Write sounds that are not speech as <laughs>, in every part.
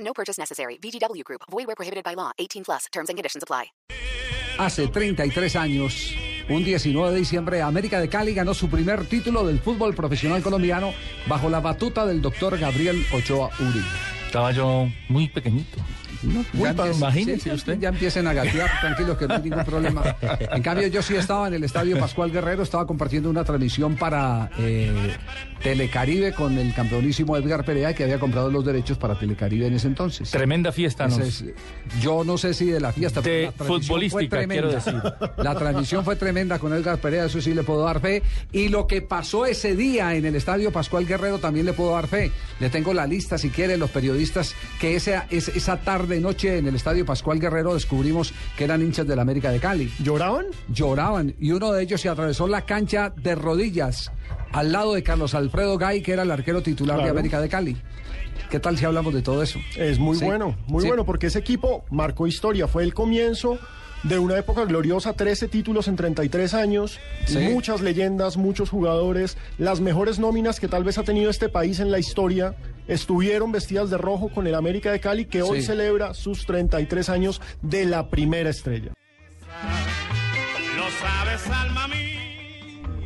No purchase necessary. VGW Group. Void where prohibited by law. 18 plus. Terms and conditions apply. Hace 33 años, un 19 de diciembre, América de Cali ganó su primer título del fútbol profesional colombiano bajo la batuta del doctor Gabriel Ochoa Uribe. Estaba yo muy pequeñito. No, culpa, imagínese usted. pues, Ya empiecen a <laughs> gatear, tranquilos, que no hay ningún problema. En cambio, yo sí estaba en el estadio Pascual Guerrero, estaba compartiendo una transmisión para eh, Telecaribe con el campeonísimo Edgar Perea, que había comprado los derechos para Telecaribe en ese entonces. Tremenda fiesta, ¿no? Entonces, yo no sé si de la fiesta, De la transmisión futbolística, quiero decir. La transmisión fue tremenda con Edgar Perea, eso sí le puedo dar fe. Y lo que pasó ese día en el estadio Pascual Guerrero también le puedo dar fe. Le tengo la lista, si quieren, los periodistas que esa, es- esa tarde, noche en el estadio Pascual Guerrero descubrimos que eran hinchas del América de Cali. ¿Lloraban? Lloraban y uno de ellos se atravesó la cancha de rodillas al lado de Carlos Alfredo Gay, que era el arquero titular de Claro. América de Cali. ¿Qué tal si hablamos de todo eso? Es muy Sí. bueno, muy Sí. bueno, porque ese equipo marcó historia. Fue el comienzo de una época gloriosa, 13 títulos en 33 años, Sí. muchas leyendas, muchos jugadores, las mejores nóminas que tal vez ha tenido este país en la historia. Estuvieron vestidas de rojo con el América de Cali, que hoy Sí. celebra sus 33 años de la primera estrella. Lo sabes, alma mía.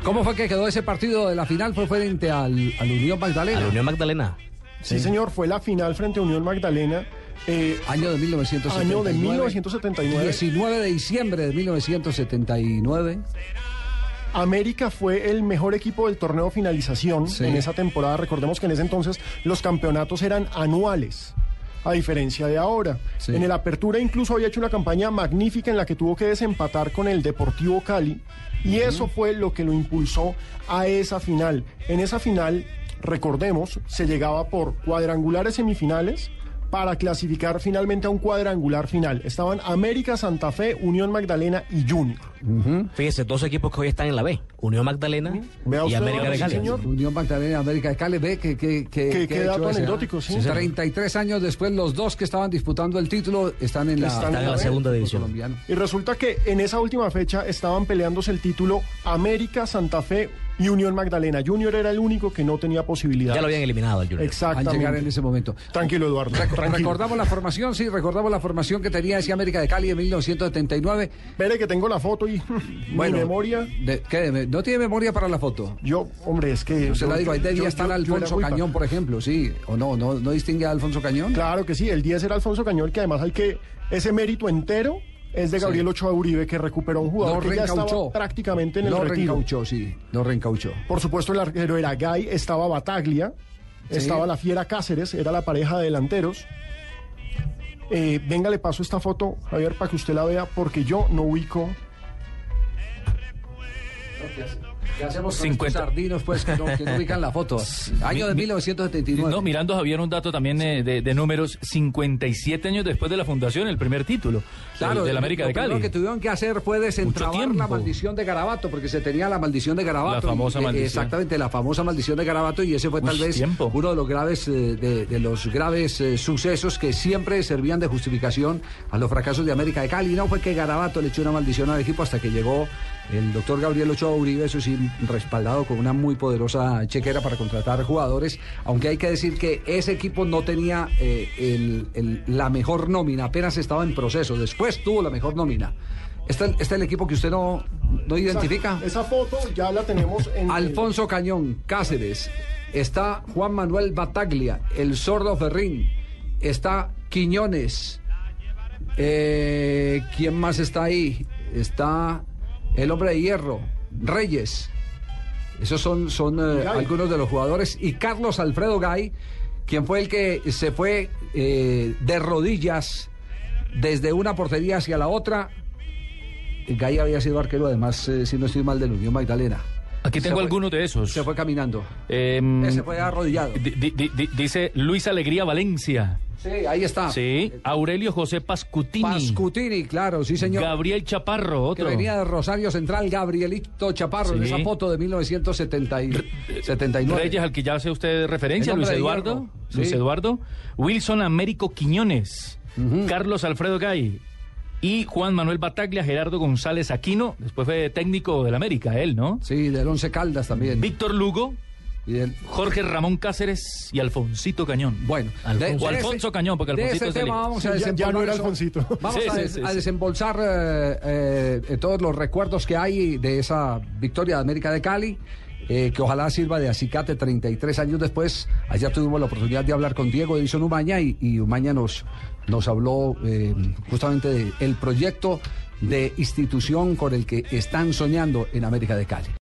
¿Cómo fue que quedó ese partido de la final? Fue frente al, al Unión Magdalena, A la Unión Magdalena. Sí, señor, fue la final frente a Unión Magdalena. eh, año de 1979. Año de 1979. 19 de diciembre de 1979. América fue el mejor equipo del torneo finalización Sí. en esa temporada. Recordemos que en ese entonces los campeonatos eran anuales, a diferencia de ahora. Sí. En el Apertura incluso había hecho una campaña magnífica en la que tuvo que desempatar con el Deportivo Cali y eso fue lo que lo impulsó a esa final. En esa final, recordemos, se llegaba por cuadrangulares semifinales para clasificar finalmente a un cuadrangular final. Estaban América, Santa Fe, Unión Magdalena y Junior. Fíjese, dos equipos que hoy están en la B. Unión Magdalena Vea y usted, América de sí, Cali. señor. Unión Magdalena, América de Cali, ve que... que, que, Que- que que hecho dato ese, anecdótico, sí. ¿no? 33 años después, los dos que estaban disputando el título están en la, Están en la B, segunda división. colombiano. Y resulta que en esa última fecha estaban peleándose el título América, Santa Fe y Unión Magdalena. Junior era el único que no tenía posibilidad. Ya lo habían eliminado al Junior. Al llegar en Exactamente. ese momento. Tranquilo, Eduardo. tranquilo. Recordamos la formación, sí, recordamos la formación que tenía ese América de Cali en 1979. Espere que tengo la foto y <laughs> mi memoria. de- ¿qué? de me- ¿No tiene memoria para la foto? Yo, hombre, es que. Yo se yo- la digo, ahí yo- debía yo- estar yo- yo era Alfonso muy pa- Cañón, por ejemplo, sí. ¿O no? ¿No, no distingue a Alfonso Cañón? Claro que sí, el 10 era Alfonso Cañón, que además hay que. Ese mérito entero es de Gabriel Ochoa Uribe, que recuperó un Lo jugador que ya estaba prácticamente en el lo retiro. reencauchó, sí. Lo reencauchó. Por supuesto, el arquero era Gay, estaba Bataglia, Sí. estaba la Fiera Cáceres, era la pareja de delanteros. Eh, venga, le paso esta foto, Javier, para que usted la vea, porque yo no ubico. ¿Qué hacemos con 50. estos sardinos, pues, que no, que no ubican la foto? <laughs> Año de Mi- mi- 1979. No, mirando Javier un dato también eh, de, de números, 57 años después de la fundación, el primer título Claro, del América lo de Cali. primero que tuvieron que hacer fue desentrabar la tiempo. maldición de Garabato, porque se tenía la maldición de Garabato. La famosa y- eh, maldición. Exactamente, la famosa maldición de Garabato, y ese fue tal Ush, vez tiempo. uno de los graves, eh, de, de los graves eh, sucesos que siempre servían de justificación a los fracasos de América de Cali. No fue que Garabato le echó una maldición al equipo hasta que llegó el doctor Gabriel Ochoa Uribe, eso sí, respaldado con una muy poderosa chequera para contratar jugadores, aunque hay que decir que ese equipo no tenía eh, el- el- la mejor nómina, apenas estaba en proceso, después tuvo la mejor nómina. Este, este es el equipo que usted no, no identifica. Esa, esa foto ya la tenemos en. Alfonso Cañón, Cáceres. Está Juan Manuel Bataglia, el sordo Ferrín. Está Quiñones. Eh, ¿Quién más está ahí? Está el hombre de hierro, Reyes. Esos son, son eh, Gay. algunos de los jugadores. Y Carlos Alfredo Gay, quien fue el que se fue eh, de rodillas desde una portería hacia la otra. Gay había sido arquero, además, eh, si no estoy mal, del Unión Magdalena. Aquí Se tengo fue- algunos de esos. Se fue caminando. Eh, Ese fue arrodillado. di- di- di- dice Luis Alegría Valencia. Sí, ahí está. Eh, Sí, Aurelio José Pascutini. Pascutini, claro, sí, señor. Gabriel Chaparro, que otro. venía de Rosario Central, Gabrielito Chaparro, en Sí. esa foto de 1979. Reyes, al que ya hace usted referencia, El Luis hombre de Eduardo. hierro. Sí. Luis Eduardo. Wilson Américo Quiñones. Carlos Alfredo Gay. Y Juan Manuel Bataglia, Gerardo González Aquino. Después fue técnico del América, él, ¿no? Sí, del Once Caldas también. Víctor Lugo. Y del- Jorge Ramón Cáceres y Alfonsito Cañón. Bueno, Alfonso. O Alfonso Cañón, porque de Alfonsito ese es el tema hijo. vamos Sí, a ya- ya desembolsar. no era eso. Alfonsito. <laughs> Vamos Sí, a, sí, des- sí, a sí. desembolsar eh, eh, eh, todos los recuerdos que hay de esa victoria de América de Cali. eh, que ojalá sirva de acicate 33 años después. Ayer tuvimos la oportunidad de hablar con Diego Edison Umaña y, y Umaña nos, nos habló eh, justamente del proyecto de institución con el que están soñando en América de Cali.